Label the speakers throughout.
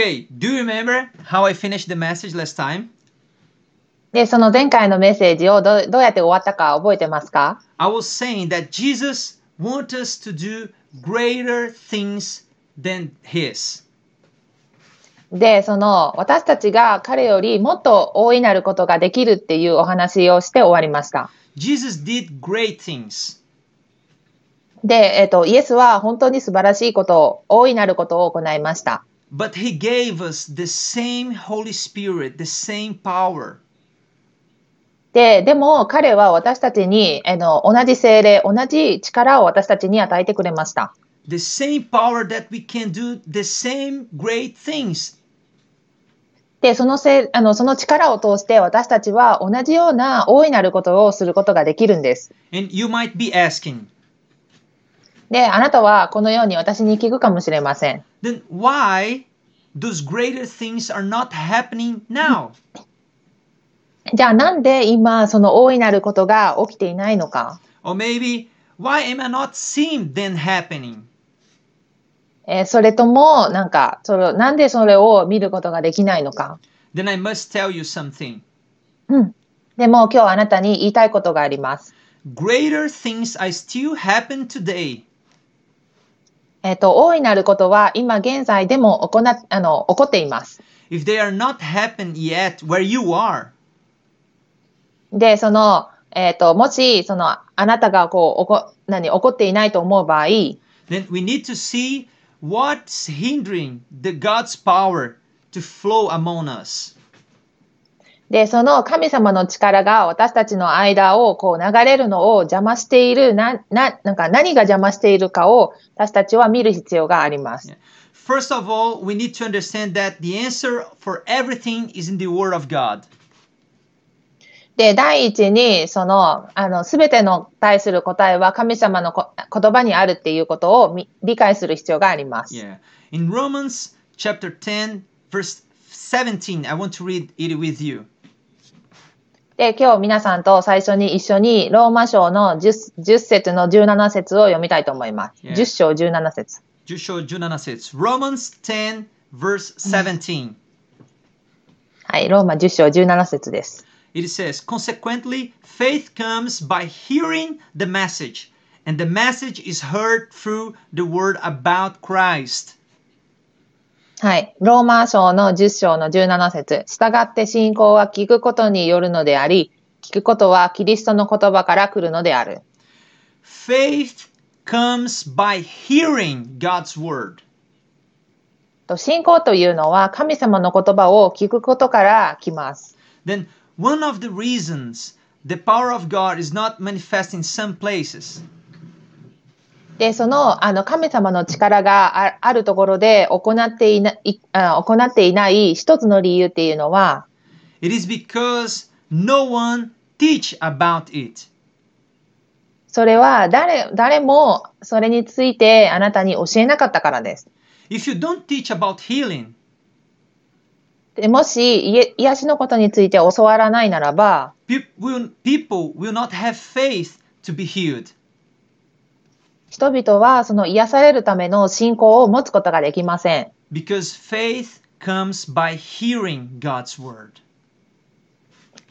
Speaker 1: Okay, do you remember how I finished the message last time?
Speaker 2: で、その前回のメッセージをどどうやって終わったか覚えてますか
Speaker 1: I was saying that Jesus wants us to do greater things than His.
Speaker 2: で、その私たちが彼よりもっと大いなることができるっていうお話をして終わりました。
Speaker 1: Jesus did great things.
Speaker 2: で、えっ、と、イエスは本当に素晴らしいことを、大いなることを行いました。
Speaker 1: But he gave us the same Holy Spirit, the same power.
Speaker 2: で、でも彼は私たちに、あの、同じ精霊、同じ力を私たちに与えてくれました。
Speaker 1: The same power that we can do the same great things.
Speaker 2: で、そのせい、あの、その力を通して私たちは同じような大いなることをすることができるんです。
Speaker 1: And you might be asking,
Speaker 2: で、あなたはこのように私に聞くかもしれません。
Speaker 1: then why those greater things are not happening now?
Speaker 2: じゃあなんで今その大いなることが起きていないのか、
Speaker 1: Or maybe, why am I not seeing them happening?
Speaker 2: えーそれともなんかそれなんでそれを見ることができないのか、
Speaker 1: Then I must tell you something.
Speaker 2: うん、でも今日あなたに言いたいことがあります、
Speaker 1: Greater things I still happen today.
Speaker 2: えっと大いなることは今現在でも行なあの起こっています
Speaker 1: If they are not happened yet where you are,
Speaker 2: でその、えっともしそのあなたがこうおこ何起こっていないと思う場合
Speaker 1: then we need to see what's hindering the God's power to flow among us.
Speaker 2: でその神様の力が私たちの間をこう流れるのを邪魔しているなななんか何が邪魔しているかを私たちは見る必要があります。
Speaker 1: First of all, we need to understand that the answer for everything is in the Word of God.
Speaker 2: で第一にそのあの全ての対する答えは神様のこ言葉にあるっていうことをみ理解する必要があります。
Speaker 1: Yeah. In Romans chapter 10, verse 17, I want to read it with you.
Speaker 2: で今日皆さんと最初に一緒にローマ章の 10, 10節の17節を読みたいと思います。
Speaker 1: Yeah.
Speaker 2: 10章17節
Speaker 1: Jusho Junana says, Romans 10, verse 17.
Speaker 2: はい、ローマ10章17節です。
Speaker 1: It says, Consequently, faith comes by hearing the message, and the message is heard through the word about Christ.
Speaker 2: はい。ローマ章の10章の17節従って信仰は聞くことによるのであり、聞くことはキリストの言葉から来るのである。
Speaker 1: Faith comes by hearing God's word.
Speaker 2: と信仰というのは神様の言葉を聞くことから来ます。
Speaker 1: Then, one of the reasons the power of God is not manifest in some places
Speaker 2: で、その、あの、神様の力がああるところで行っていない、あ行っていない一つの理由っていうのは、
Speaker 1: It is because no one teach about it.
Speaker 2: それは誰、誰もそれについてあなたに教えなかったからです。
Speaker 1: If you don't teach about healing,
Speaker 2: でもし、癒癒しのことについて教わらないならば、
Speaker 1: pe- will, people will not have faith to be healed.
Speaker 2: 人々はその癒されるための信仰を持つことができません。
Speaker 1: Because faith comes by hearing God's word.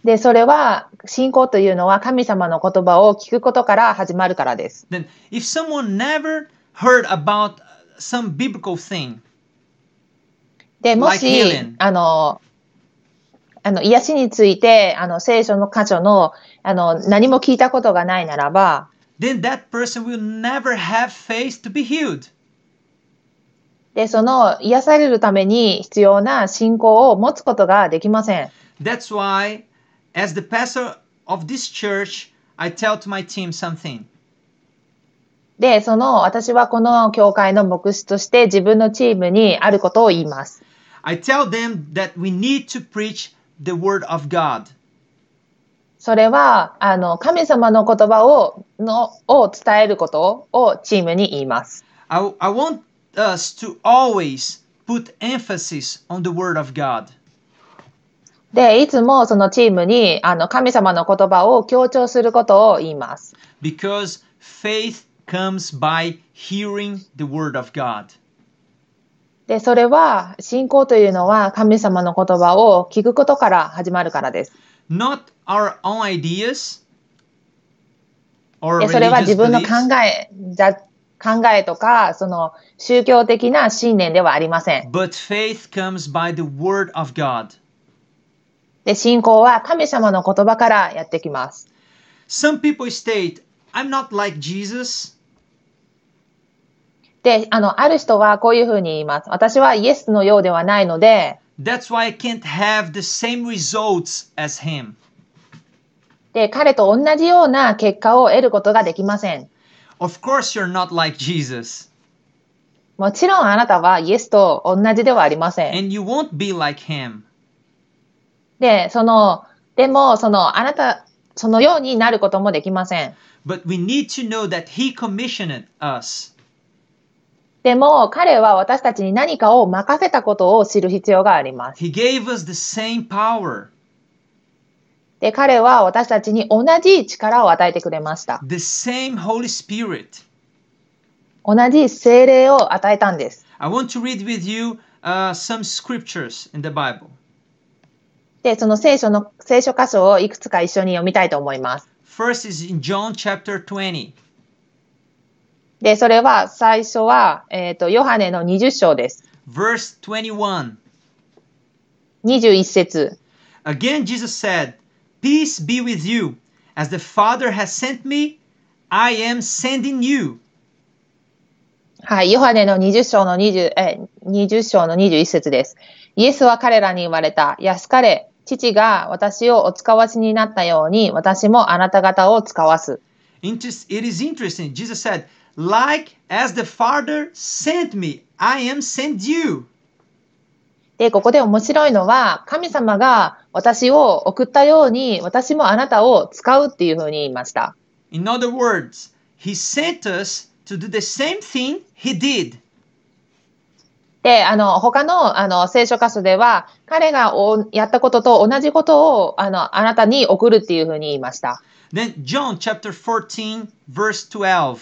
Speaker 2: で、それは信仰というのは神様の言葉を聞くことから始まるからです。
Speaker 1: Then, if someone never heard about some biblical thing,
Speaker 2: で、も
Speaker 1: Like
Speaker 2: し
Speaker 1: healing.、
Speaker 2: あの、あの癒しについてあの聖書の箇所のあの何も聞いたことがないならば
Speaker 1: then that person will never have faith to be healed.
Speaker 2: でその癒されるために必要な信仰を持つことができません
Speaker 1: That's why, as the pastor of this church, I tell to my team something.
Speaker 2: でその私はこの教会の牧師として自分のチームにあることを言います
Speaker 1: I tell them that we need to preach the word of God.
Speaker 2: それはあの神様の言葉をのを伝えることをチームに言います。
Speaker 1: I, I want us to always put emphasis on the word of God.
Speaker 2: でいつもそのチームにあの神様の言葉を強調することを言います。
Speaker 1: because faith comes by hearing the word of God.
Speaker 2: で、それは信仰というのは神様の言葉を聞くことから始まるからです。
Speaker 1: not our own ideas or
Speaker 2: でそれは自
Speaker 1: religious
Speaker 2: 分の考
Speaker 1: beliefs,
Speaker 2: えだ考えとかその宗教的な信念ではありません。
Speaker 1: but faith comes by the word of God.
Speaker 2: で信仰は神様の言葉からやってきます。
Speaker 1: Some people state, I'm not like Jesus,
Speaker 2: であのある人はこういうふうに言います。私はイエスのようではないので
Speaker 1: that's why I can't have the same results as him.
Speaker 2: で彼と同じような結果を得ることができません。
Speaker 1: Of course, you're not like Jesus,
Speaker 2: もちろんあなたはイエスと同じではありません。
Speaker 1: and you won't be like him.
Speaker 2: で、その、でも、その、あなた、そのようになることもできません。
Speaker 1: But we need to know that he commissioned us.
Speaker 2: でも、彼は私たちに何かを任せたことを知る必要があります。
Speaker 1: He gave us the same power,
Speaker 2: で、彼は私たちに同じ力を与えてくれました。
Speaker 1: the same Holy Spirit.
Speaker 2: 同じ精霊を与えたんです。
Speaker 1: I want to read with you uh, some scriptures in the Bible.
Speaker 2: で、その聖書の、聖書箇所をいくつか一緒に読みたいと思います。
Speaker 1: First is in John chapter 20.
Speaker 2: で、それは、最初は、えっ、と、ヨハネの20章です。
Speaker 1: Verse 21.
Speaker 2: 21節。
Speaker 1: Again, Jesus said, Peace be with you. As the Father has sent me, I am sending you.
Speaker 2: はい、ヨハネの20章の20、え、20章の21節です。イエスは彼らに言われた。安かれ、父が私をお使わしになったように、私もあなた方を使わす。
Speaker 1: Inter- It is interesting. Jesus said, Like as the Father sent me, I am send you.
Speaker 2: で、ここで面白いのは、神様が私を送ったように、私もあなたを使うっていうふうに言いました。
Speaker 1: In other words, He sent us to do the same thing He did.
Speaker 2: で、あの、他の、あの、聖書箇所では、彼がおやったことと同じことを、あの、あなたに送るっていうふうに言いました。
Speaker 1: Then John chapter 14, verse 12.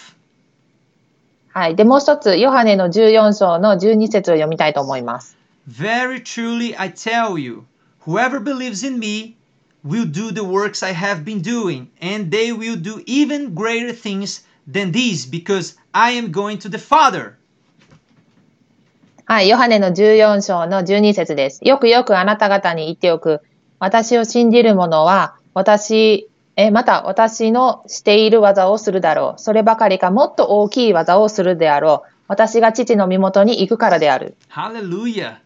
Speaker 2: はい。で、もう一つ、ヨハネの14章の12節を読みたいと思います。
Speaker 1: Very truly I tell you, whoever believes in me will do the works I have been doing, and they will do even greater things than these, because I am going to the Father.
Speaker 2: はい、ヨハネの14章の12節です。よくよくあなた方に言っておく。私を信じる者は、私、え、また私のしている技をするだろう。そればかりかもっと大きい技をするであろう。私が父の身元に行くからである。
Speaker 1: Hallelujah.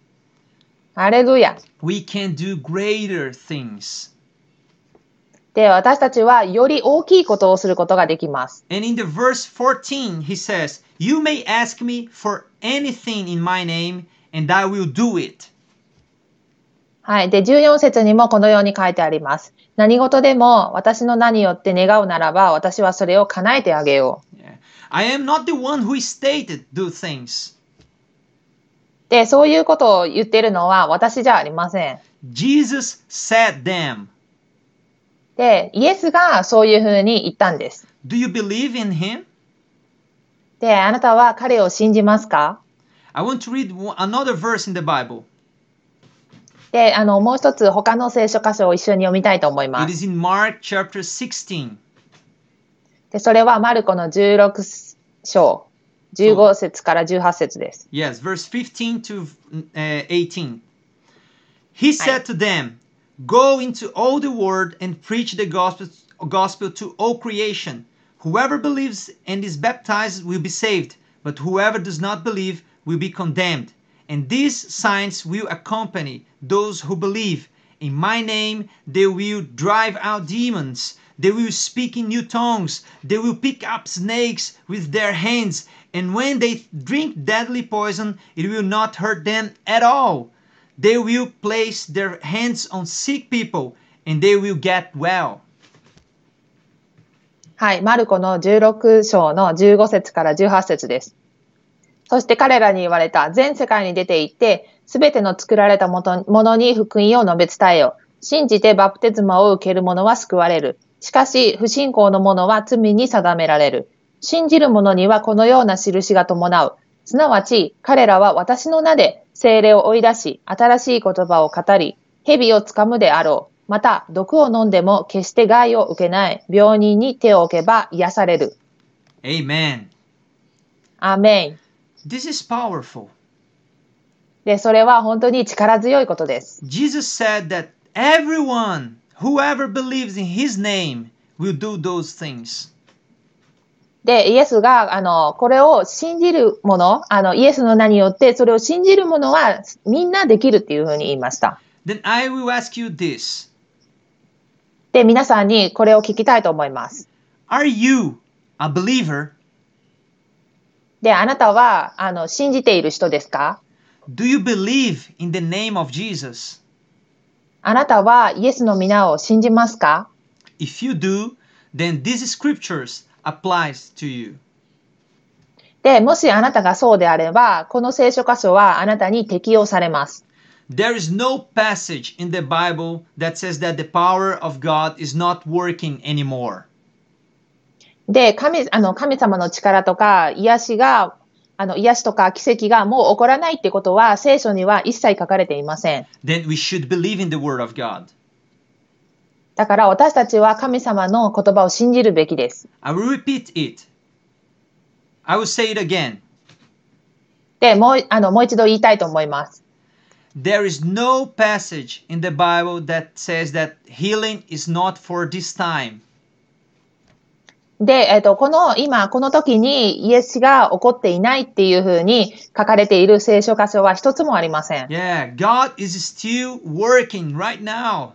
Speaker 2: アレルヤ。
Speaker 1: We can do greater things.
Speaker 2: で、私たちはより大きいことをすることができます。
Speaker 1: And in the verse 14, he says, You may ask me for anything in my name, and I will do it.
Speaker 2: はい。で、14節にもこのように書いてあります。何事でも私の名によって願うならば、私はそれを叶えてあげよう。
Speaker 1: Yeah. I am not the one who stated do things.
Speaker 2: で、そういうことを言ってるのは私じゃありません。
Speaker 1: Jesus said them.
Speaker 2: で、イエスがそういうふうに言ったんです。
Speaker 1: Do you believe in him?
Speaker 2: で、あなたは彼を信じますか
Speaker 1: I want to read one- another verse in the Bible.
Speaker 2: で、あの、もう一つ他の聖書箇所を一緒に読みたいと思いま
Speaker 1: It is
Speaker 2: す。
Speaker 1: in Mark chapter 16.
Speaker 2: で、それはマルコの16章、15節から18節です。
Speaker 1: Yes, verse 15 to uh, 18. He said to them, Go into all the world and preach the gospel, gospel to all creation. Whoever believes and is baptized will be saved, but whoever does not believe will be condemned. And these signs will accompany those who believe. In my name, they will drive out demons. They will speak in new tongues. They will pick up snakes with their hands. And when they drink deadly poison, it will not hurt them at all. They will place their hands on sick people and they will get well.
Speaker 2: はい、マルコの16章の15節から18節です。そして彼らに言われた、全世界に出て行って、すべての作られたもとものに福音を述べ伝えよ。信じてバプテスマを受ける者は救われる。しかし、不信仰の者は罪に定められる。信じる者にはこのような印が伴う。すなわち、彼らは私の名で精霊を追い出し、新しい言葉を語り、蛇をつかむであろう。また、毒を飲んでも決して害を受けない。病人に手を置けば癒される。
Speaker 1: Amen.
Speaker 2: アーメン。
Speaker 1: This is powerful.
Speaker 2: で、それは本当に力強いことです。
Speaker 1: Jesus said that everyone, whoever believes in his name, will do those things.
Speaker 2: で、イエスが、あの、これを信じる者、あの、イエスの名によって、それを信じる者は、みんなできるっていうふうに言いました。
Speaker 1: Then I will ask you this
Speaker 2: で、皆さんにこれを聞きたいと思います。
Speaker 1: Are you a believer?
Speaker 2: で、あなたは、あの、信じている人ですか
Speaker 1: Do you believe in the name of Jesus?
Speaker 2: あなたは、イエスの皆を信じますか
Speaker 1: If you do, then these scriptures applies to you.
Speaker 2: で、もしあなたがそうであれば、この聖書箇所はあなたに適用されます。
Speaker 1: There is no passage in the Bible that says that the power of God is not working anymore.
Speaker 2: で、神、あの、神様の力とか、癒しが、あの、癒しとか奇跡がもう起こらないってことは、聖書には一切書かれていません。
Speaker 1: Then we should believe in the word of God.
Speaker 2: だから私たちは神様の言葉を信じるべきです。
Speaker 1: I will repeat it. I will say it again.
Speaker 2: で、もう、あの、もう一度言いたいと思います。
Speaker 1: There is no passage in the Bible that says that healing is not for this time.
Speaker 2: で、えっ、と、この、今、この時に、イエスが起こっていないっていうふうに書かれている聖書箇所は一つもありません。
Speaker 1: Yeah, God is still working right now.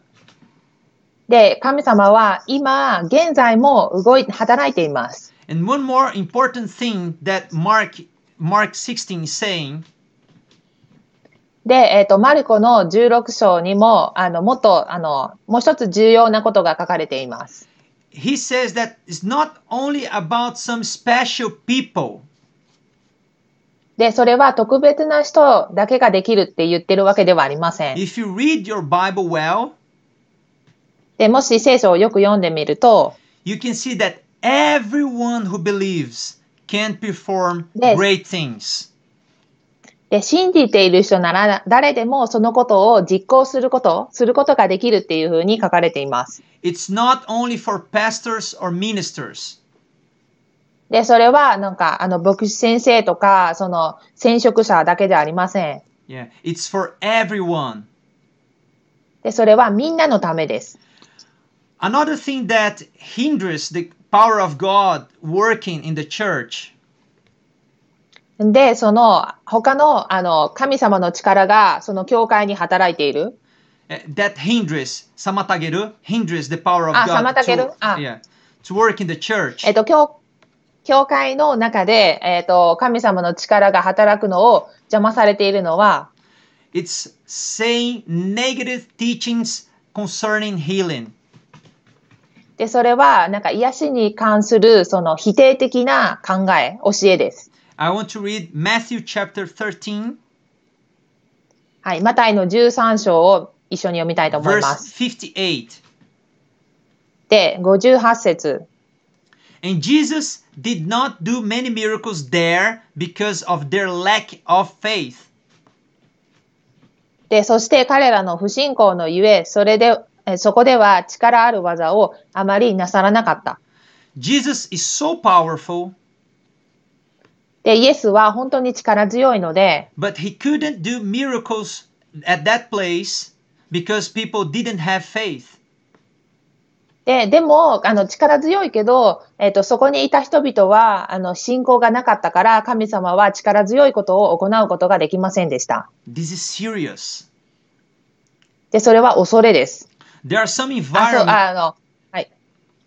Speaker 2: で、神様は今、現在も動い、働いています。
Speaker 1: And one more important thing that Mark Mark 16 is saying
Speaker 2: で、えっ、と、マルコの16章にも、あの、もっと、あの、もう一つ重要なことが書かれています。
Speaker 1: he says that it's not only about some special people.
Speaker 2: で、それは特別な人だけができるって言ってるわけではありません。
Speaker 1: If you read your Bible well,
Speaker 2: で、もし聖書をよく読んでみると、
Speaker 1: you can see that everyone who believes can perform
Speaker 2: Yes.
Speaker 1: great things.
Speaker 2: で、信じている人なら、誰でもそのことを実行すること、することができるっていうふうに書かれています。
Speaker 1: It's not only for pastors or ministers.
Speaker 2: で、それは、なんか、あの、牧師先生とか、その、染色者だけではありません。
Speaker 1: Yeah, it's for everyone.
Speaker 2: で、それはみんなのためです。
Speaker 1: Another thing that hinders the power of God working in the church
Speaker 2: で、その、他の、あの、神様の力が、その、教会に働いている。
Speaker 1: Uh, that hinders samatageru hinders the power of
Speaker 2: Ah,
Speaker 1: God to,
Speaker 2: samatageru. Ah.
Speaker 1: yeah, to work in the church.
Speaker 2: えっと、教、教会の中で、えっと、神様の力が働くのを邪魔されているのは、
Speaker 1: It's saying negative teachings concerning healing.
Speaker 2: で、それは、なんか、癒しに関する、その、否定的な考え、教えです。
Speaker 1: I want to read Matthew chapter 13,
Speaker 2: はい。マタイの13章を一緒に読みたいと思いま
Speaker 1: verse
Speaker 2: す。
Speaker 1: 58.
Speaker 2: で、58節。
Speaker 1: And Jesus did not do many miracles there because of their lack of faith.
Speaker 2: で、そして彼らの不信仰のゆえ、それで、えそこでは力ある技をあまりなさらなかった。
Speaker 1: Jesus is so powerful,
Speaker 2: で、イエスは本当に力強いので、
Speaker 1: but he couldn't do miracles at that place because people didn't have faith.
Speaker 2: で、でも、あの、力強いけど、えっ、と、そこにいた人々は、あの、信仰がなかったから、神様は力強いことを行うことができませんでした。
Speaker 1: This is serious.
Speaker 2: で、それは恐れです。
Speaker 1: There are some
Speaker 2: あ、そう、
Speaker 1: environment,
Speaker 2: ああの、はい。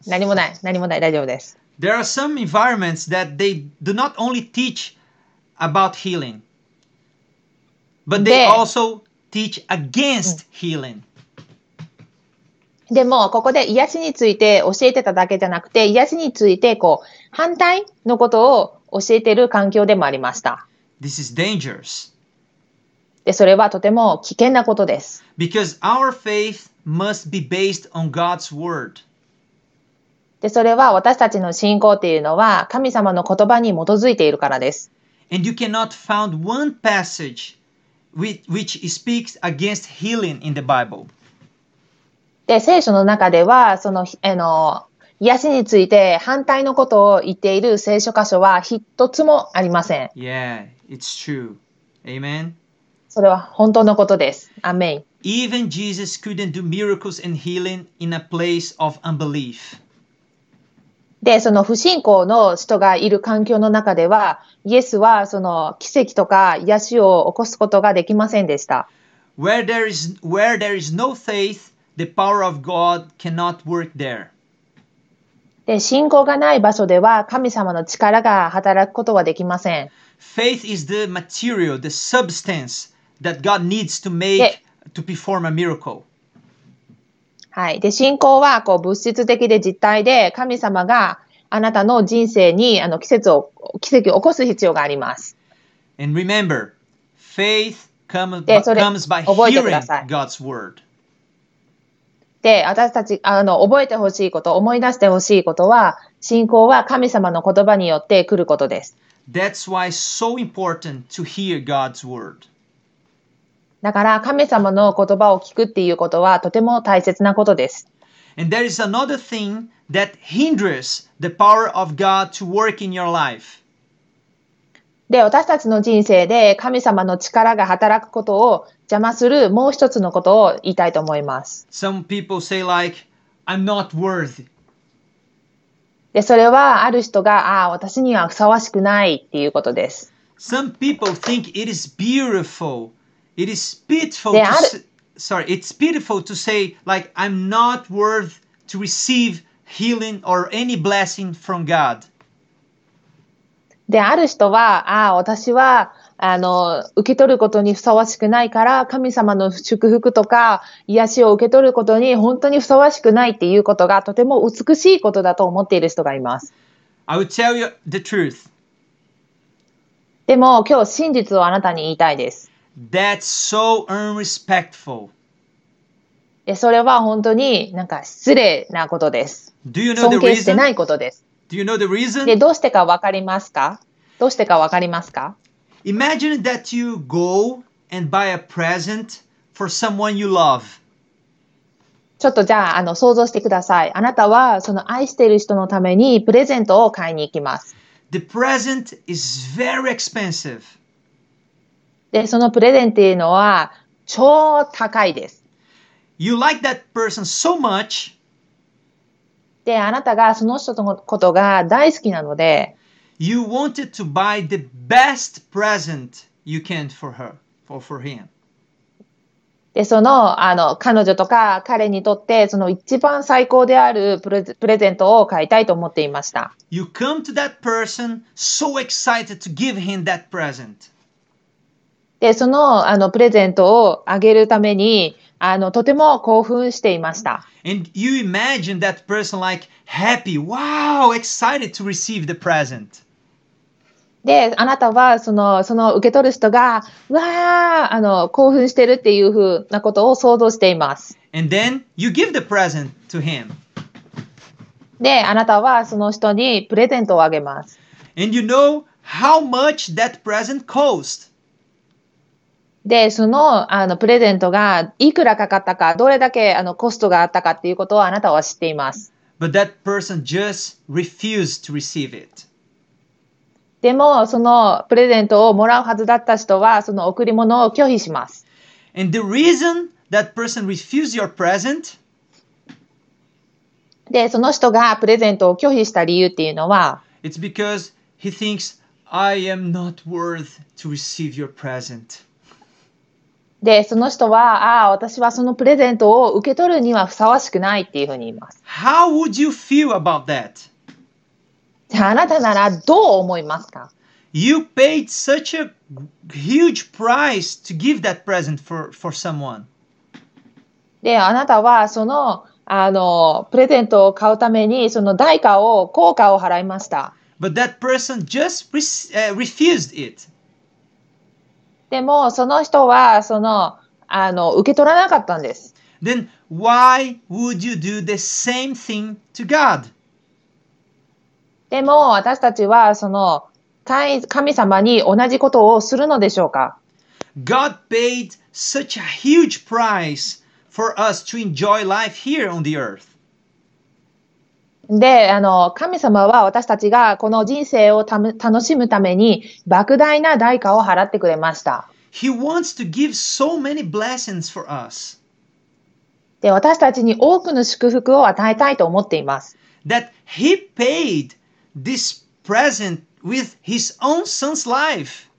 Speaker 2: 何もない、何もない、大丈夫です。
Speaker 1: there are some environments that they do not only teach about healing, but they
Speaker 2: There.
Speaker 1: also teach against healing.
Speaker 2: でも、ここで癒しについて教えてただけじゃなくて、癒しについて、こう、反対のことを教えてる環境でもありました。
Speaker 1: This is dangerous
Speaker 2: で、それはとても危険なことです。
Speaker 1: because our faith must be based on God's word.
Speaker 2: で、それは私たちの信仰っていうのは、神様の言葉に基づいているからです。
Speaker 1: and you cannot find one passage which, which speaks against healing in the Bible.
Speaker 2: で、聖書の中では、その、あの、癒しについて反対のことを言っている聖書箇所は一つもありません。
Speaker 1: Yeah, it's true. Amen.
Speaker 2: それは本当のことです。アーメン。
Speaker 1: Even Jesus couldn't do miracles and healing in a place of unbelief.
Speaker 2: で、その不信仰の人がいる環境の中では、イエスはその奇跡とか癒しを起こすことができませんでした。
Speaker 1: Where there is where there is no faith, the power of God cannot work there.
Speaker 2: で、信仰がない場所では神様の力が働くことはできません。
Speaker 1: Faith is the material, the substance that God needs to make to perform a miracle.
Speaker 2: はい。で、信仰はこう物質的で実体で神様があなたの人生にあの奇跡を奇跡を起こす必要があります。
Speaker 1: And remember, faith come,
Speaker 2: で、それ、
Speaker 1: comes by
Speaker 2: 覚えてください。
Speaker 1: hearing God's word.
Speaker 2: で、私たち、あの、覚えてほしいこと、思い出してほしいことは、信仰は神様の言葉によって来ることです。
Speaker 1: That's why it's so important to hear God's word.
Speaker 2: だから、神様の言葉を聞くっていうことは、とても大切なことです。
Speaker 1: And there is another thing that hinders the power of God to work in your life.
Speaker 2: で、私たちの人生で神様の力が働くことを邪魔するもう一つのことを言いたいと思います。
Speaker 1: Some people say like, I'm not worthy.
Speaker 2: で、それはある人が、ああ、私にはふさわしくないっていうことです。
Speaker 1: Some people think it is beautiful. It is pitiful to
Speaker 2: They are-
Speaker 1: s- sorry, it's pitiful to say like I'm not worth to receive healing or any blessing from God.
Speaker 2: で、ある人は、ああ、私は、あの、受け取ることにふさわしくないから、神様の祝福とか、癒しを受け取ることに本当にふさわしくないっていうことが、とても美しいことだと思っている人がいます。
Speaker 1: I will tell you the truth.
Speaker 2: でも、今日真実をあなたに言いたいです。
Speaker 1: That's so unrespectful.
Speaker 2: で、それは本当になんか失礼なことです。
Speaker 1: Do you know
Speaker 2: 尊
Speaker 1: the
Speaker 2: 敬してな
Speaker 1: reason?
Speaker 2: いことです。
Speaker 1: Do you know the reason?
Speaker 2: で、どうしてかわかりますかどうしてかわかりますか
Speaker 1: Imagine that you go and buy a present for someone you love.
Speaker 2: ちょっとじゃあ、あの、想像してください。あなたは、その愛している人のためにプレゼントを買いに行きます。
Speaker 1: The present is very expensive.
Speaker 2: で、そのプレゼンっていうのは、超高いです。
Speaker 1: You like that person so much,
Speaker 2: で、あなたがその人のことが大好きなので、
Speaker 1: you wanted to buy the best present you can for her or for him.
Speaker 2: で、その、あの、彼女とか彼にとって、その一番最高であるプレゼプレゼントを買いたいと思っていました。
Speaker 1: You come to that person so excited to give him that present.
Speaker 2: で、その、あの、プレゼントをあげるために、あの、とても興奮していました。
Speaker 1: And you imagine that person like happy, wow, excited to receive the present.
Speaker 2: で、あなたは、その、その受け取る人が、うわー、あの、興奮してるっていうふうなことを想像しています。
Speaker 1: And then you give the present to him.
Speaker 2: で、あなたはその人にプレゼントをあげます。
Speaker 1: and you know how much that present cost.
Speaker 2: で、その、あの、プレゼントがいくらかかったか、どれだけ、あの、コストがあったかっていうことをあなたは知っています。
Speaker 1: But that person just refused to receive it.
Speaker 2: でも、そのプレゼントをもらうはずだった人は、その贈り物を拒否します。
Speaker 1: And the reason that person refused your present
Speaker 2: で、その人がプレゼントを拒否した理由っていうのは、
Speaker 1: it's because he thinks I am not worth to receive your present.
Speaker 2: で、その人は、ああ、私はそのプレゼントを受け取るにはふさわしくないっていうふうに言います。
Speaker 1: How would you feel about that?
Speaker 2: じゃあ、あなたならどう思いますか
Speaker 1: You paid such a huge price to give that present for, for someone.
Speaker 2: で、あなたは、その、あの、プレゼントを買うために、その代価を、効果を払いました。
Speaker 1: But that person just re- uh, refused it.
Speaker 2: でも、その人は、その、あの、受け取らなかったんです。
Speaker 1: then why would you do the same thing to God?
Speaker 2: でも、私たちは、その、神神様に同じことをするのでしょうか
Speaker 1: God paid such a huge price for us to enjoy life here on the earth.
Speaker 2: で、あの、神様は私たちがこの人生をため楽しむために莫大な代価を払ってくれました。
Speaker 1: He wants to give so many blessings for us
Speaker 2: で、私たちに多くの祝福を与えたいと思っています。
Speaker 1: that He paid this present with His own son's life.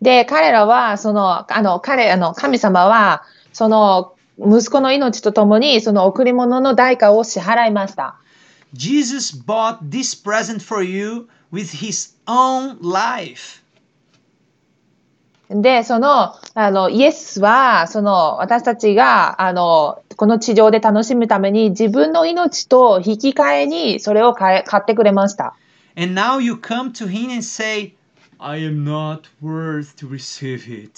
Speaker 2: で、彼らは、その、あの、彼、あの、神様は、その、息子の命とともに、その贈り物の代価を支払いました。
Speaker 1: Jesus bought this present for you with His own life.
Speaker 2: で、その、あの、イエスは、その、私たちが、あの、この地上で楽しむために、自分の命と引き換えに、それを買え買ってくれました。
Speaker 1: And now you come to Him and say, I am not worth to receive it.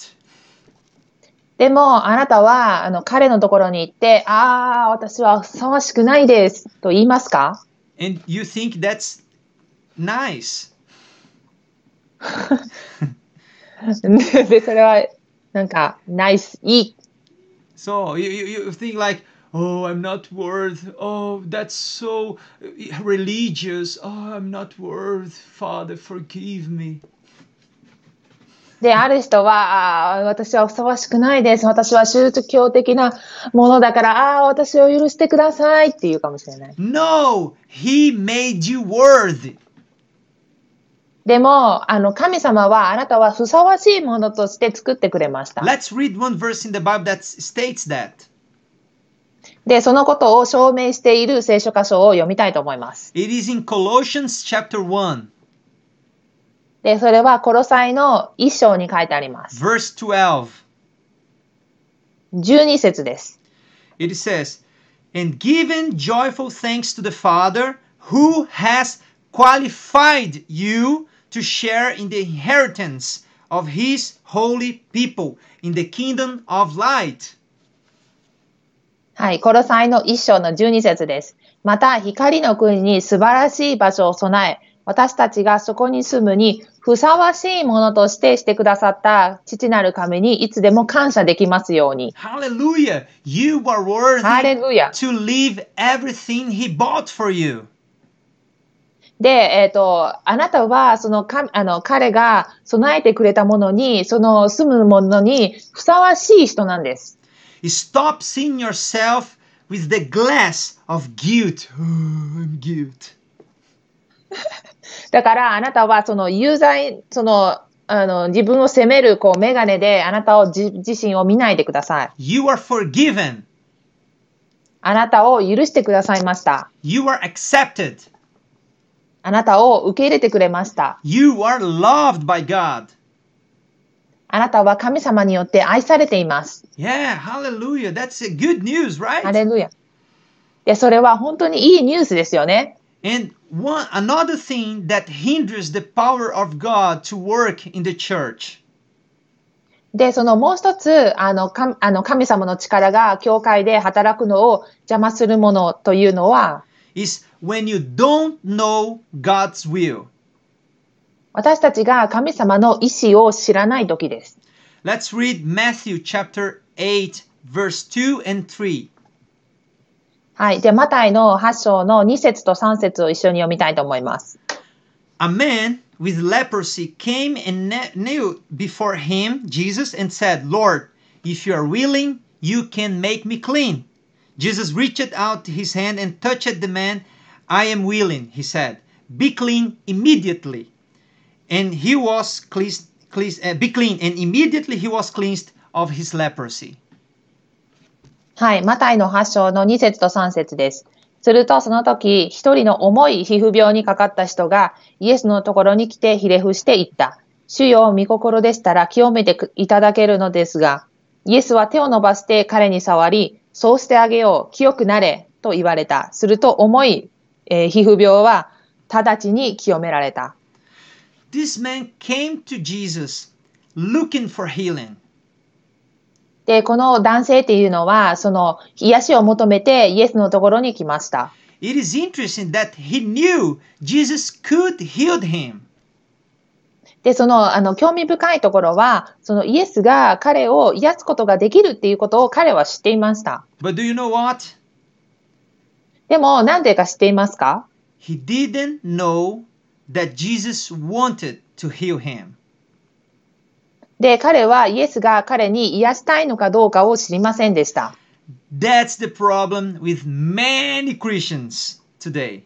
Speaker 2: でも、あなたは、あの、彼のところに行って、ああ、私はふさわしくないです、と言いますか
Speaker 1: And you think that's nice.
Speaker 2: で、それは、なんか、ナイス、いい。
Speaker 1: So you, you, you think like, oh, I'm not worth. Oh, that's so uh, religious. Oh, I'm not worth. Father, forgive me.
Speaker 2: で、ある人は、ああ、私はふさわしくないです。私は宗教的なものだから、ああ、私を許してくださいって言うかもしれない。
Speaker 1: No, he made you worthy.
Speaker 2: でも、あの、神様は、あなたはふさわしいものとして作ってくれました。
Speaker 1: Let's read one verse in the Bible that s- states that.
Speaker 2: で、そのことを証明している聖書箇所を読みたいと思います。
Speaker 1: It is in Colossians chapter 1,
Speaker 2: で、それは、コロサイの一章に書いてあります。
Speaker 1: verse 12.
Speaker 2: 12節です。
Speaker 1: It says, And giving joyful thanks to the Father who has qualified you to share in the inheritance of his holy people in the kingdom of light.
Speaker 2: はい、コロサイの一章の12節です。また、光の国に素晴らしい場所を備え、私たちがそこに住むにふさわしいものとしてしてくださった父なる神にいつでも感謝できますように。
Speaker 1: Hallelujah! You are worthy
Speaker 2: ハレルヤ。
Speaker 1: to leave everything he bought for you.
Speaker 2: で、えっ、と、あなたは、その、か、あの、彼が備えてくれたものに、その、住むものにふさわしい人なんです。
Speaker 1: Stop seeing yourself with the glass of guilt. Oh, I'm guilt.
Speaker 2: だから、あなたは、その、有罪、その、あの、自分を責める、こう、メガネで、あなたをじ、自身を見ないでください。
Speaker 1: You are forgiven.
Speaker 2: あなたを許してくださいました。
Speaker 1: You are accepted.
Speaker 2: あなたを受け入れてくれました。
Speaker 1: You are loved by God.
Speaker 2: あなたは神様によって愛されています。
Speaker 1: Yeah, hallelujah. That's a good news, right?
Speaker 2: ハレルヤ。で、それは本当にいいニュースですよね。
Speaker 1: And one another thing that hinders the power of God to work in the church
Speaker 2: で、そのもう一つ、あの、かあの神様の力が教会で働くのを邪魔するものというのは、
Speaker 1: is when you don't know God's will.
Speaker 2: 私たちが神様の意志を知らない時です。
Speaker 1: Let's read Matthew chapter 8 verse 2 and 3.
Speaker 2: はい。で、マタイの8章の2節と3節を一緒に読みたいと思います。
Speaker 1: A man with leprosy came and kne- knelt before him, Jesus, and said, Lord, if you are willing, you can make me clean. Jesus reached out his hand and touched the man. I am willing, he said. Be clean immediately. And he was cleansed, cleansed uh, be clean, and immediately he was cleansed of his leprosy.
Speaker 2: はい、マタイの8章の2節と3節です。するとその時、一人の重い皮膚病にかかった人がイエスのところに来てひれ伏して言った。主よ、御心でしたら清めていただけるのですが、イエスは手を伸ばして彼に触り、そうしてあげよう、清くなれ、と言われた。すると重い、えー皮膚病は直ちに清められた。
Speaker 1: This man came to Jesus looking for healing.
Speaker 2: で、この男性っていうのは、その癒しを求めてイエスのところに来ました。
Speaker 1: It is interesting that he knew Jesus could heal him.
Speaker 2: で、その、あの、興味深いところは、そのイエスが彼を癒すことができるっていうことを彼は知っていました。
Speaker 1: But do you know what?
Speaker 2: でも、なんでか知っていますか
Speaker 1: He didn't know that Jesus wanted to heal him.
Speaker 2: で、彼はイエスが彼に癒したいのかどうかを知りませんでした。
Speaker 1: That's the problem with many Christians today.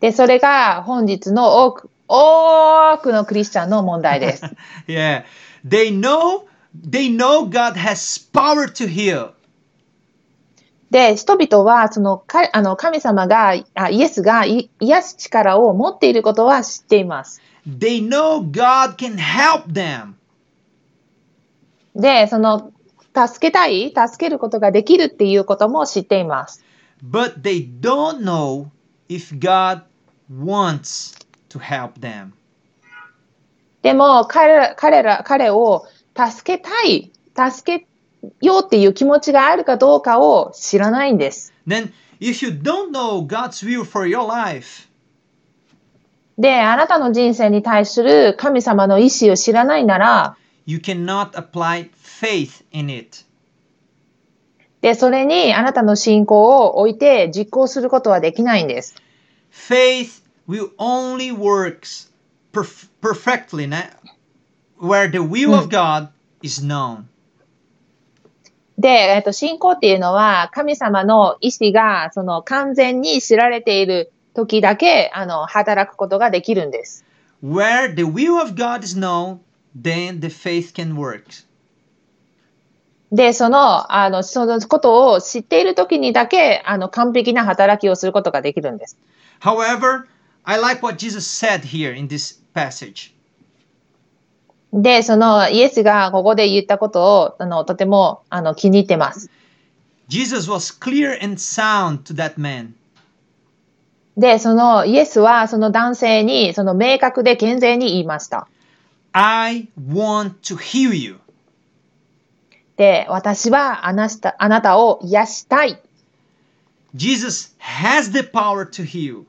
Speaker 2: で、それが本日の多く、多くのクリスチャンの問題です。
Speaker 1: Yeah. They know they know God has power to heal.
Speaker 2: で、人々は、その、かあの神様があ、イエスがい癒す力を持っていることは知っています。
Speaker 1: They know God can help them.
Speaker 2: で、その、助けたい、助けることができるっていうことも知っています。
Speaker 1: but they don't know if God wants to help them.
Speaker 2: でも、彼ら、彼ら、彼を助けたい、助けようっていう気持ちがあるかどうかを知らないんです。
Speaker 1: Then, if you don't know God's will for your life,
Speaker 2: で、あなたの人生に対する神様の意思を知らないなら、
Speaker 1: you cannot apply faith in it.
Speaker 2: で、それにあなたの信仰を置いて実行することはできないんです。
Speaker 1: Faith will only works perf- perfectly né? where the will of God is known.
Speaker 2: で、えっと、信仰っていうのは神様の意思がその完全に知られている時だけあの働くことができるんです。
Speaker 1: Where the will of God is known, then the faith can work.
Speaker 2: で、その、あの、そのことを知っている時にだけ、あの、完璧な働きをすることができるんです。
Speaker 1: However, I like what Jesus said here in this passage.
Speaker 2: で、その、イエスがここで言ったことを、あの、とても、あの、気に入ってます。
Speaker 1: Jesus was clear and sound to that man.
Speaker 2: で、その、イエスは、その男性に、その、明確で健全に言いました。
Speaker 1: I want to heal you.
Speaker 2: で、私はあなた、あなたを癒したい。
Speaker 1: Jesus has the power to heal.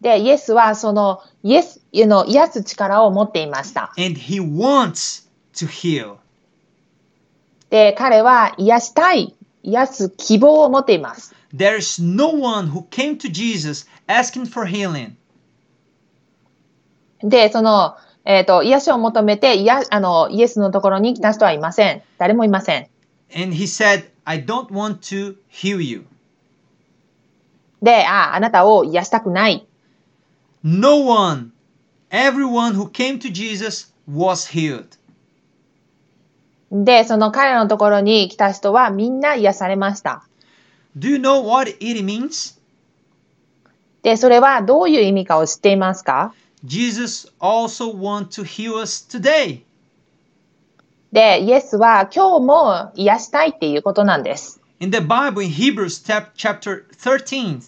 Speaker 2: で、イエスはその、イエス、あの癒す力を持っていました。
Speaker 1: And he wants to heal.
Speaker 2: で、彼は癒したい、癒す希望を持っています。
Speaker 1: There is no one who came to Jesus asking for healing.
Speaker 2: で、その、えっ、と、癒しを求めて、いや、あの、イエスのところに来た人はいません。誰もいません。
Speaker 1: And he said, I don't want to heal you.
Speaker 2: で、あ、あなたを癒したくない。
Speaker 1: No one, everyone who came to Jesus was healed.
Speaker 2: で、その彼のところに来た人はみんな癒されました。
Speaker 1: Do you know what it means?
Speaker 2: で、それはどういう意味かを知っていますか
Speaker 1: Jesus also wants to heal us today.
Speaker 2: で、イエスは今日も癒したいっていうことなんです。
Speaker 1: In the Bible, in Hebrews chap- chapter 13,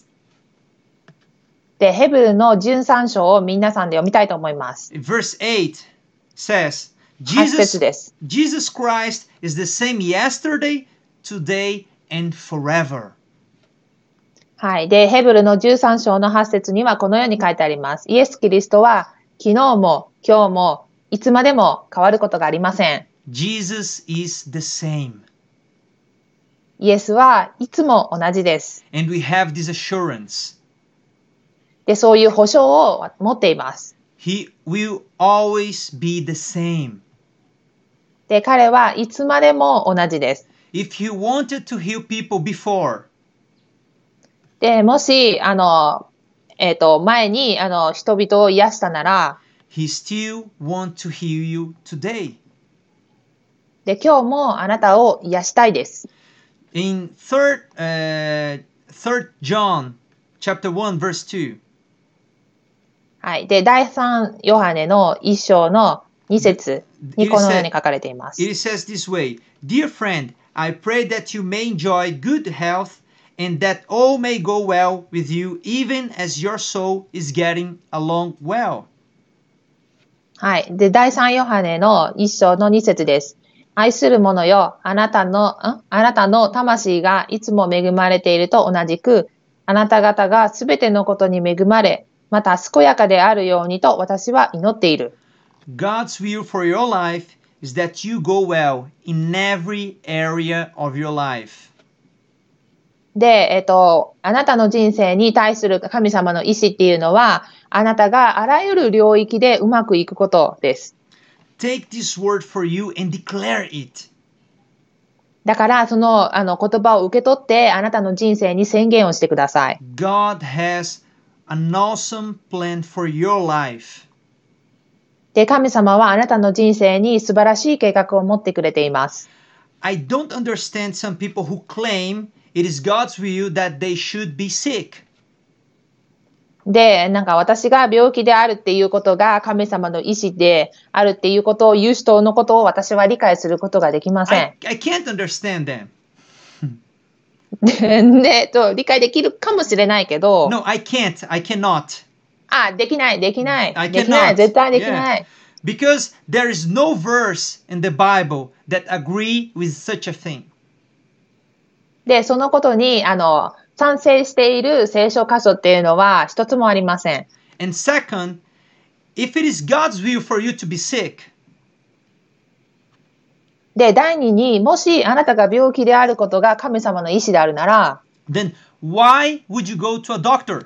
Speaker 2: で、ヘブルの13章を皆さんで読みたいと思います。
Speaker 1: verse 8 says,
Speaker 2: 8節
Speaker 1: Jesus,
Speaker 2: です。
Speaker 1: Jesus Christ is the same yesterday, today, and forever.
Speaker 2: はい。で、ヘブルの13章の8節にはこのように書いてあります。イエス・キリストは昨日も今日もいつまでも変わることがありません。
Speaker 1: Jesus is the same.
Speaker 2: イエスはいつも同じです。
Speaker 1: And we have this assurance
Speaker 2: で、そういう保証を持っています。
Speaker 1: He will always be the same.
Speaker 2: で、彼はいつまでも同じです。
Speaker 1: If He wanted to heal people before,
Speaker 2: で、もし、あの、えっ、と、前に、あの、人々を癒したなら、
Speaker 1: He still wants to heal you today.
Speaker 2: で、今日もあなたを癒したいです。
Speaker 1: In third, uh, third John chapter 1 verse 2,
Speaker 2: はい。で、第3ヨハネの一章の2節にこのように書かれています。
Speaker 1: It says this way Dear friend, I pray that you may enjoy good health and that all may go well with you, even as your soul is getting along well.
Speaker 2: はい。で、第3ヨハネの一章の2節です。愛する者よ、あなたの、んあなたの魂がいつも恵まれていると同じく、あなた方がすべてのことに恵まれ、また健やかであるようにと私は祈っている。
Speaker 1: God's will for your life is that you go well in every area of your life.
Speaker 2: で、えっと、あなたの人生に対する神様の意志っていうのは、あなたがあらゆる領域でうまくいくことです。
Speaker 1: Take this word for you and declare it.
Speaker 2: だから、そのあの言葉を受け取って、あなたの人生に宣言をしてください。
Speaker 1: God has an awesome plan for your life.
Speaker 2: で、神様はあなたの人生に素晴らしい計画を持ってくれています。
Speaker 1: I don't understand some people who claim it is God's will that they should be sick.
Speaker 2: で、なんか私が病気であるっていうことが神様の意志であるっていうことを言う人のことを私は理解することができませ
Speaker 1: I,
Speaker 2: ん。
Speaker 1: I can't understand them.
Speaker 2: で、ねと理解できるかもしれないけど、
Speaker 1: No, I can't. I cannot.
Speaker 2: あ、できない、できない
Speaker 1: I、
Speaker 2: できな
Speaker 1: cannot.
Speaker 2: い、絶対できない。
Speaker 1: Because there is no verse in the Bible that agree with such a thing.
Speaker 2: で、そのことに、あの、賛成している聖書箇所っていうのは一つもありません。
Speaker 1: And second, if it is God's will for you to be sick,
Speaker 2: で、第二に、もしあなたが病気であることが神様の意志であるなら、
Speaker 1: then why would you go to a doctor?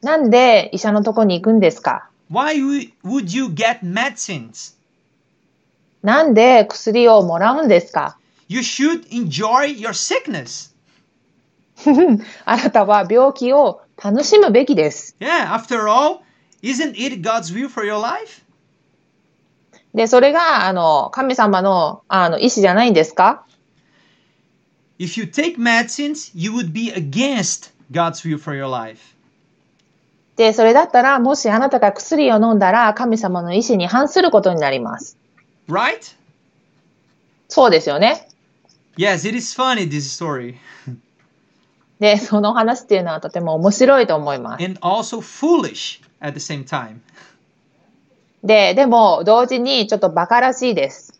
Speaker 2: なんで医者のとこに行くんですか
Speaker 1: Why w- would you get medicines?
Speaker 2: なんで薬をもらうんですか
Speaker 1: You should enjoy your sickness.
Speaker 2: あなたは病気を楽しむべきです。
Speaker 1: Yeah, after all, isn't it God's will for your life?
Speaker 2: で、それが、あの、神様の、あの、意志じゃないんですか
Speaker 1: If you take medicines, you would be against God's will for your life.
Speaker 2: で、それだったら、もしあなたが薬を飲んだら、神様の意志に反することになります。
Speaker 1: Right?
Speaker 2: そうですよね。
Speaker 1: Yes, it is funny, this story.
Speaker 2: で、その話っていうのはとても面白いと思います。
Speaker 1: And also foolish at the same time.
Speaker 2: で、でも、同時にちょっと馬鹿らしいです。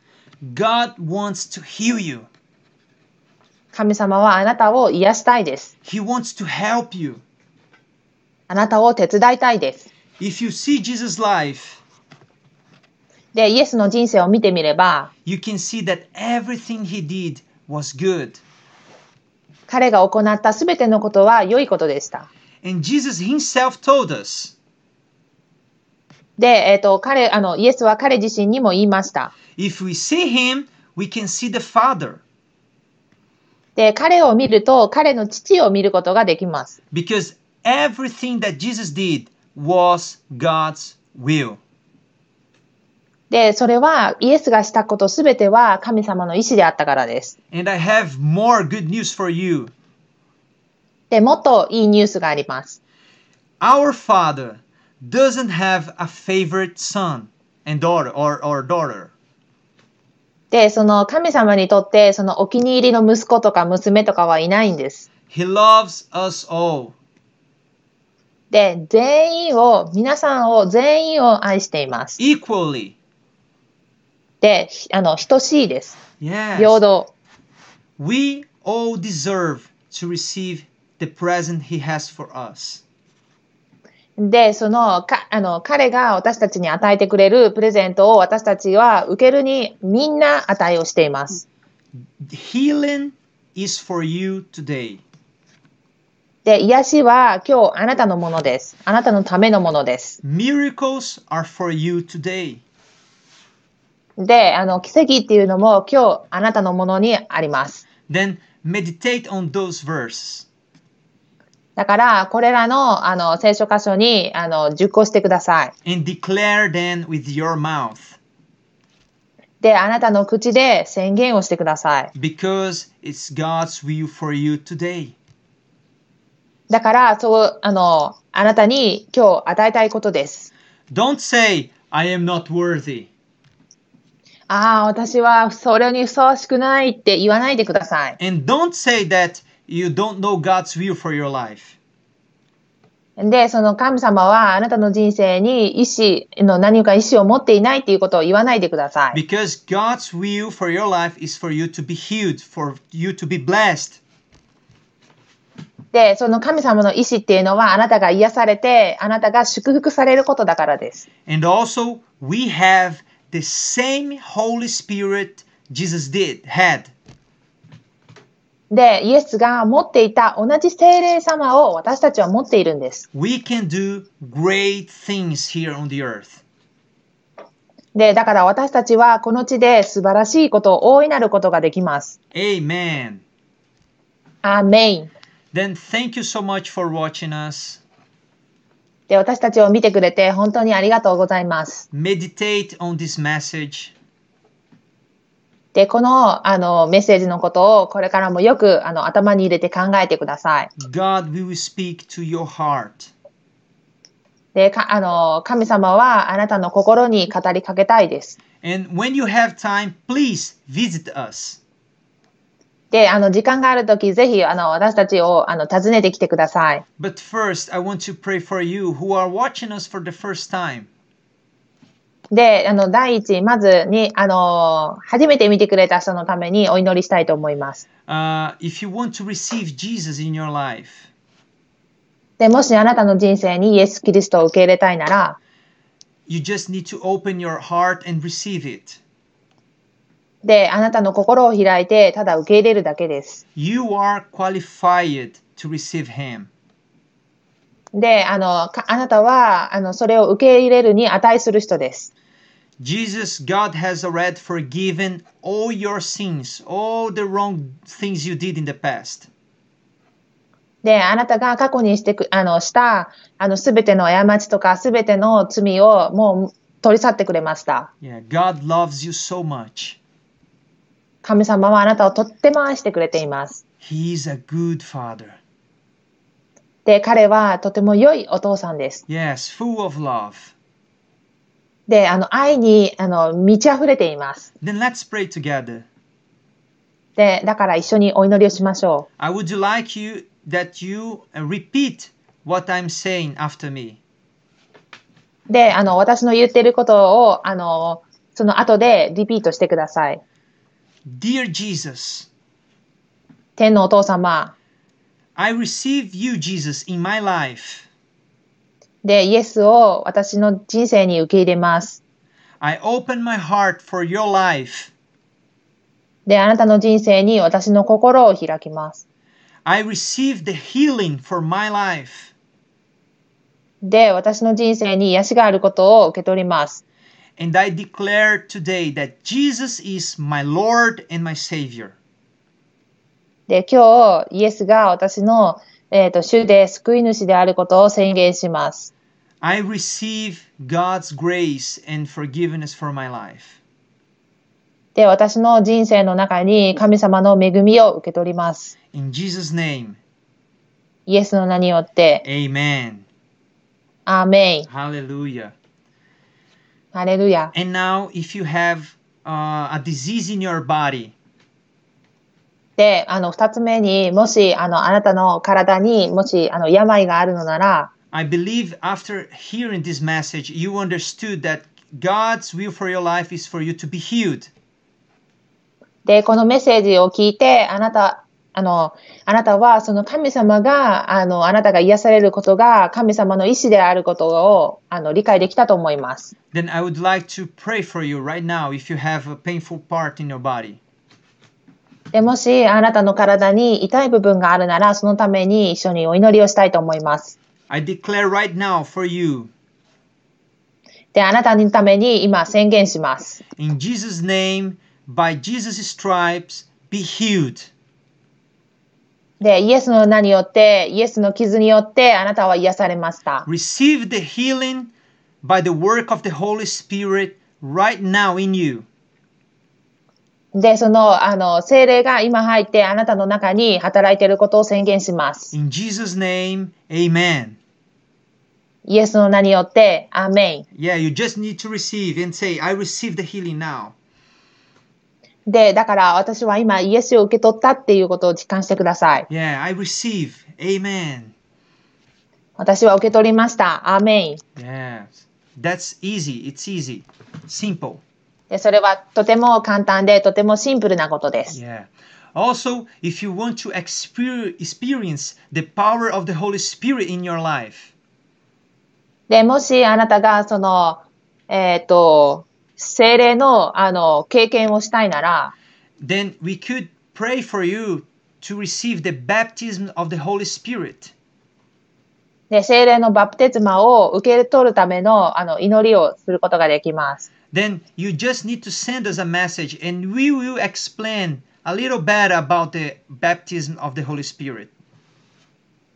Speaker 1: God wants to heal you,
Speaker 2: 神様はあなたを癒したいです。
Speaker 1: He wants to help you.
Speaker 2: あなたを手伝いたいです。
Speaker 1: If you see Jesus' life,
Speaker 2: で、イエスの人生を見てみれば、
Speaker 1: you can see that everything He did was good.
Speaker 2: 彼が行ったすべてのことは良いことでした。
Speaker 1: And Jesus Himself told us
Speaker 2: で、えっ、と、彼、あの、イエスは彼自身にも言いました。
Speaker 1: if we see Him, we can see the Father.
Speaker 2: で、彼を見ると、彼の父を見ることができます。
Speaker 1: Because everything that Jesus did was God's will.
Speaker 2: で、それは、イエスがしたことすべては神様の意志であったからです。
Speaker 1: And I have more good news for you.
Speaker 2: で、もっといいニュースがあります。
Speaker 1: Our Father doesn't have a favorite son and daughter or, or daughter.
Speaker 2: で、その神様にとって、そのお気に入りの息子とか娘とかはいないんです。
Speaker 1: He loves us all.
Speaker 2: で、全員を、皆さんを、全員を愛しています。
Speaker 1: equally.
Speaker 2: で、ひあの、等しいです。平
Speaker 1: Yes.
Speaker 2: 等。
Speaker 1: We all deserve to receive the present he has for us.
Speaker 2: で、その、か、あの、彼が私たちに与えてくれるプレゼントを私たちは受けるにみんな値をしています。
Speaker 1: Healing is for you today.
Speaker 2: で、癒しは今日あなたのものです。あなたのためのものです。
Speaker 1: Miracles are for you today.
Speaker 2: で、あの、奇跡っていうのも今日あなたのものにあります。
Speaker 1: Then meditate on those verses.
Speaker 2: だから、これらの、あの、聖書箇所に、あの、熟考してください。
Speaker 1: and declare them with your mouth
Speaker 2: で、あなたの口で宣言をしてください。
Speaker 1: because it's God's will for you today.
Speaker 2: だから、そう、あの、あなたに今日与えたいことです。
Speaker 1: Don't say, I am not worthy.
Speaker 2: ああ、私はそれにふさわしくないって言わないでください。
Speaker 1: And don't say that you don't know God's will for your life.
Speaker 2: で、その神様はあなたの人生に意志の何か意志を持っていないっていうことを言わないでください。
Speaker 1: Because God's will for your life is for you to be healed, for you to be blessed.
Speaker 2: で、その神様の意志っていうのは、あなたが癒されて、あなたが祝福されることだからです。
Speaker 1: And also, we have the same Holy Spirit Jesus did had.
Speaker 2: で、イエスが持っていた同じ聖霊様を私たちは持っているんです。
Speaker 1: We can do great things here on the earth.
Speaker 2: で、だから私たちはこの地で素晴らしいこと、大いなることができます。
Speaker 1: Amen.
Speaker 2: アーメイン。
Speaker 1: Then thank you so much for watching us.
Speaker 2: で、私たちを見てくれて本当にありがとうございます。
Speaker 1: Meditate on this message.
Speaker 2: で、この、あの、メッセージのことをこれからもよく、あの、頭に入れて考えてください。
Speaker 1: God will speak to your heart.
Speaker 2: で、か、あの、神様はあなたの心に語りかけたいです。
Speaker 1: And when you have time, please visit us.
Speaker 2: で、あの、時間があるとき、ぜひ、あの、私たちを、あの、訪ねてきてください。
Speaker 1: But first, I want to pray for you who are watching us for the first time.
Speaker 2: で、あの、第一、まずに、あの、初めて見てくれた人のためにお祈りしたいと思います。
Speaker 1: Uh, if you want to receive Jesus in your life,
Speaker 2: で、もしあなたの人生にイエス・キリストを受け入れたいなら、
Speaker 1: you just need to open your heart and receive it.
Speaker 2: で、あなたの心を開いて、ただ受け入れるだけです。
Speaker 1: You are qualified to receive Him.
Speaker 2: で、あの、かあなたは、あの、それを受け入れるに値する人です。
Speaker 1: Jesus, God has already forgiven all your sins, all the wrong things you did in the past.
Speaker 2: で、あなたが過去にしてく、あの、した、あの、すべての過ちとか、すべての罪を、もう、取り去ってくれました。
Speaker 1: Yeah, God loves you so much.
Speaker 2: 神様はあなたをとっても愛してくれています。
Speaker 1: He is a good Father.
Speaker 2: で、彼はとても良いお父さんです。
Speaker 1: Yes, full of love.
Speaker 2: で、あの、愛に、あの、満ち溢れています。
Speaker 1: Then let's pray together.
Speaker 2: で、だから一緒にお祈りをしましょ
Speaker 1: I would like you that you uh, repeat what I'm saying after me.
Speaker 2: う。で、あの、私の言ってることを、あの、その後でリピートしてください。
Speaker 1: Dear Jesus,
Speaker 2: 天のお父様。
Speaker 1: I receive you, Jesus, in my life.
Speaker 2: で、イエスを私の人生に受け入れます。
Speaker 1: I open my heart for your life.
Speaker 2: で、あなたの人生に私の心を開きます。
Speaker 1: I receive the healing for my life.
Speaker 2: で、私の人生に癒しがあることを受け取ります。
Speaker 1: And I declare today that Jesus is my Lord and my Savior.
Speaker 2: で、今日、イエスが私の、えー、と主で救い主であることを宣言します。
Speaker 1: I receive God's grace and forgiveness for my life.
Speaker 2: で、私の人生の中に神様の恵みを受け取ります。
Speaker 1: In Jesus' name,
Speaker 2: イエスの名によって、
Speaker 1: amen.
Speaker 2: アーメイン、
Speaker 1: Hallelujah.
Speaker 2: ハレルヤ。
Speaker 1: And now, if you have uh, a disease in your body,
Speaker 2: で、あの、二つ目に、もし、あの、あなたの体にもし、あの、病があるのなら、
Speaker 1: I believe after hearing this message, you understood that God's will for your life is for you to be healed.
Speaker 2: で、このメッセージを聞いて、あなた、あの、あなたは、その神様が、あの、あなたが癒されることが、神様の意志であることを、あの、理解できたと思います。
Speaker 1: Then I would like to pray for you right now if you have a painful part in your body.
Speaker 2: でもしあなたの体に痛い部分があるならそのために一緒にお祈りをしたいと思います。
Speaker 1: I declare right now for you,
Speaker 2: で、あなたのために今宣言します。
Speaker 1: in Jesus' name, by Jesus' stripes, be healed.
Speaker 2: で、イエスの名によって、イエスの傷によってあなたは癒されました。
Speaker 1: Receive the healing by the work of the Holy Spirit right now in you.
Speaker 2: で、その、あの、精霊が今入ってあなたの中に働いていることを宣言します。
Speaker 1: In Jesus' name, amen.
Speaker 2: イエスの名によって、アーメ
Speaker 1: Yeah, you just need to receive and say, I receive the healing now.
Speaker 2: ン。で、だから私は今イエスを受け取ったっていうことを実感してください。
Speaker 1: Yeah, I receive. Amen.
Speaker 2: 私は受け取りました。アーメン。
Speaker 1: Yes. That's easy. It's easy. Simple.
Speaker 2: で、それはとても簡単で、とてもシンプルなことです。
Speaker 1: Yeah. Also, if you want to exper- experience the power of the Holy Spirit in your life,
Speaker 2: で、もしあなたがその、えっ、と、精霊のあの経験をしたいなら、
Speaker 1: then we could pray for you to receive the baptism of the Holy Spirit.
Speaker 2: で精霊のバプテスマを受け取るためのあの祈りをすることができます。
Speaker 1: Then you just need to send us a message and we will explain a little bit about the baptism of the Holy Spirit.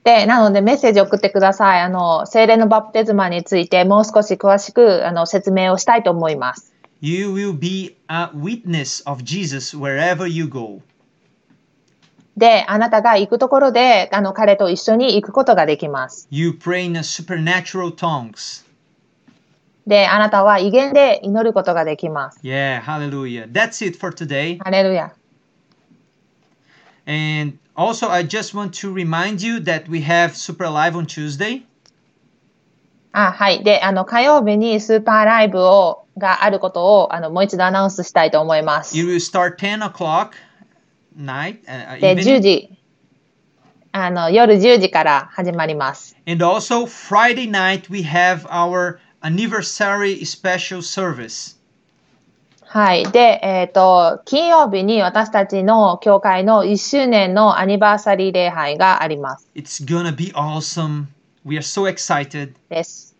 Speaker 2: で、なのでメッセージを送ってください。あの、精霊のバプテスマについてもう少し詳しくあの説明をしたいと思います。
Speaker 1: You will be a witness of Jesus wherever you go.
Speaker 2: で、あなたが行くところで、あの、彼と一緒に行くことができます。
Speaker 1: You pray in a supernatural tongues.
Speaker 2: で、あなたは威厳で祈ることができます。
Speaker 1: Yeah, hallelujah. That's it for today.
Speaker 2: ハレルヤ。
Speaker 1: And also, I just want to remind you that we have Super Live on Tuesday.
Speaker 2: あ、はい。で、あの、火曜日にスーパーライブを、があることを、あの、もう一度アナウンスしたいと思います
Speaker 1: It。will start 10 o'clock night. Uh,
Speaker 2: で、
Speaker 1: evening.
Speaker 2: 10時、あの、夜10時から始まります。
Speaker 1: And also, Friday night, we have our anniversary special service.
Speaker 2: はい。で、えっ、と、金曜日に私たちの教会の1周年のアニバーサリー礼拝があります。
Speaker 1: It's gonna be awesome. We are so excited.
Speaker 2: です。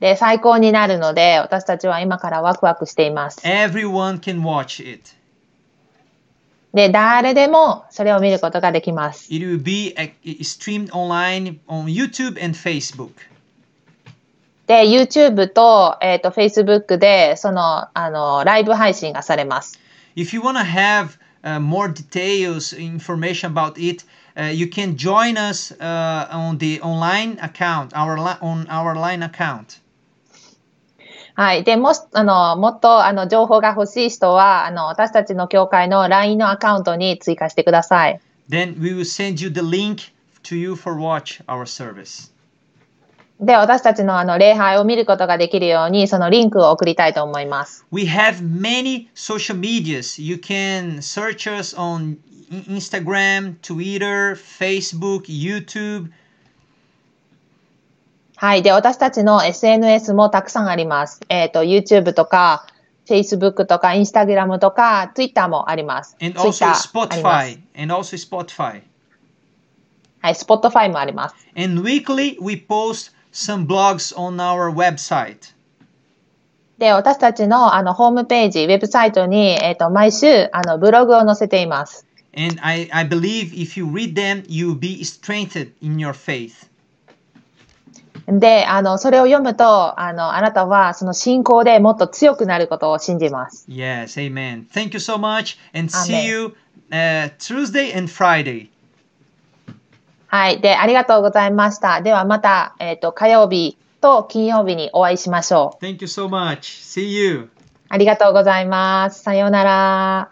Speaker 2: で、最高になるので、私たちは今からワクワクしています。
Speaker 1: Everyone can watch it.
Speaker 2: で、誰でもそれを見ることができます。
Speaker 1: It will be uh, streamed online on YouTube and Facebook.
Speaker 2: で、YouTube と、えっ、と、Facebook で、その、あの、ライブ配信がされます。
Speaker 1: If you want to have uh, more details, information about it, uh, you can join us uh, on the online account, our li- on our line account.
Speaker 2: はい。で、もし、あの、もっと、あの、情報が欲しい人は、あの、私たちの教会の LINE のアカウントに追加してください。
Speaker 1: Then we will send you the link to you for watch our service.
Speaker 2: で、私たちの、あの、礼拝を見ることができるように、そのリンクを送りたいと思います。
Speaker 1: We have many social medias. You can search us on I- Instagram, Twitter, Facebook, YouTube.
Speaker 2: はい。で、私たちの SNS もたくさんあります。えっ、と、YouTube とか、Facebook とか、Instagram とか、Twitter もあります。
Speaker 1: And also
Speaker 2: Twitter あります
Speaker 1: Spotify. And also Spotify.
Speaker 2: はい、Spotify もあります。
Speaker 1: And weekly we post some blogs on our website.
Speaker 2: で、私たちのあのホームページ、ウェブサイトに、えっ、と、毎週、あの、ブログを載せています。
Speaker 1: And I, I believe if you read them, you'll be strengthened in your faith.
Speaker 2: で、あの、それを読むと、あの、あなたは、その信仰でもっと強くなることを信じます。
Speaker 1: Yes, amen. Thank you so much and see
Speaker 2: Amen.
Speaker 1: you uh, Tuesday and Friday.
Speaker 2: はい。で、ありがとうございました。では、また、えっ、と、火曜日と金曜日にお会いしましょ
Speaker 1: Thank you so much. See you.
Speaker 2: う。ありがとうございます。さようなら。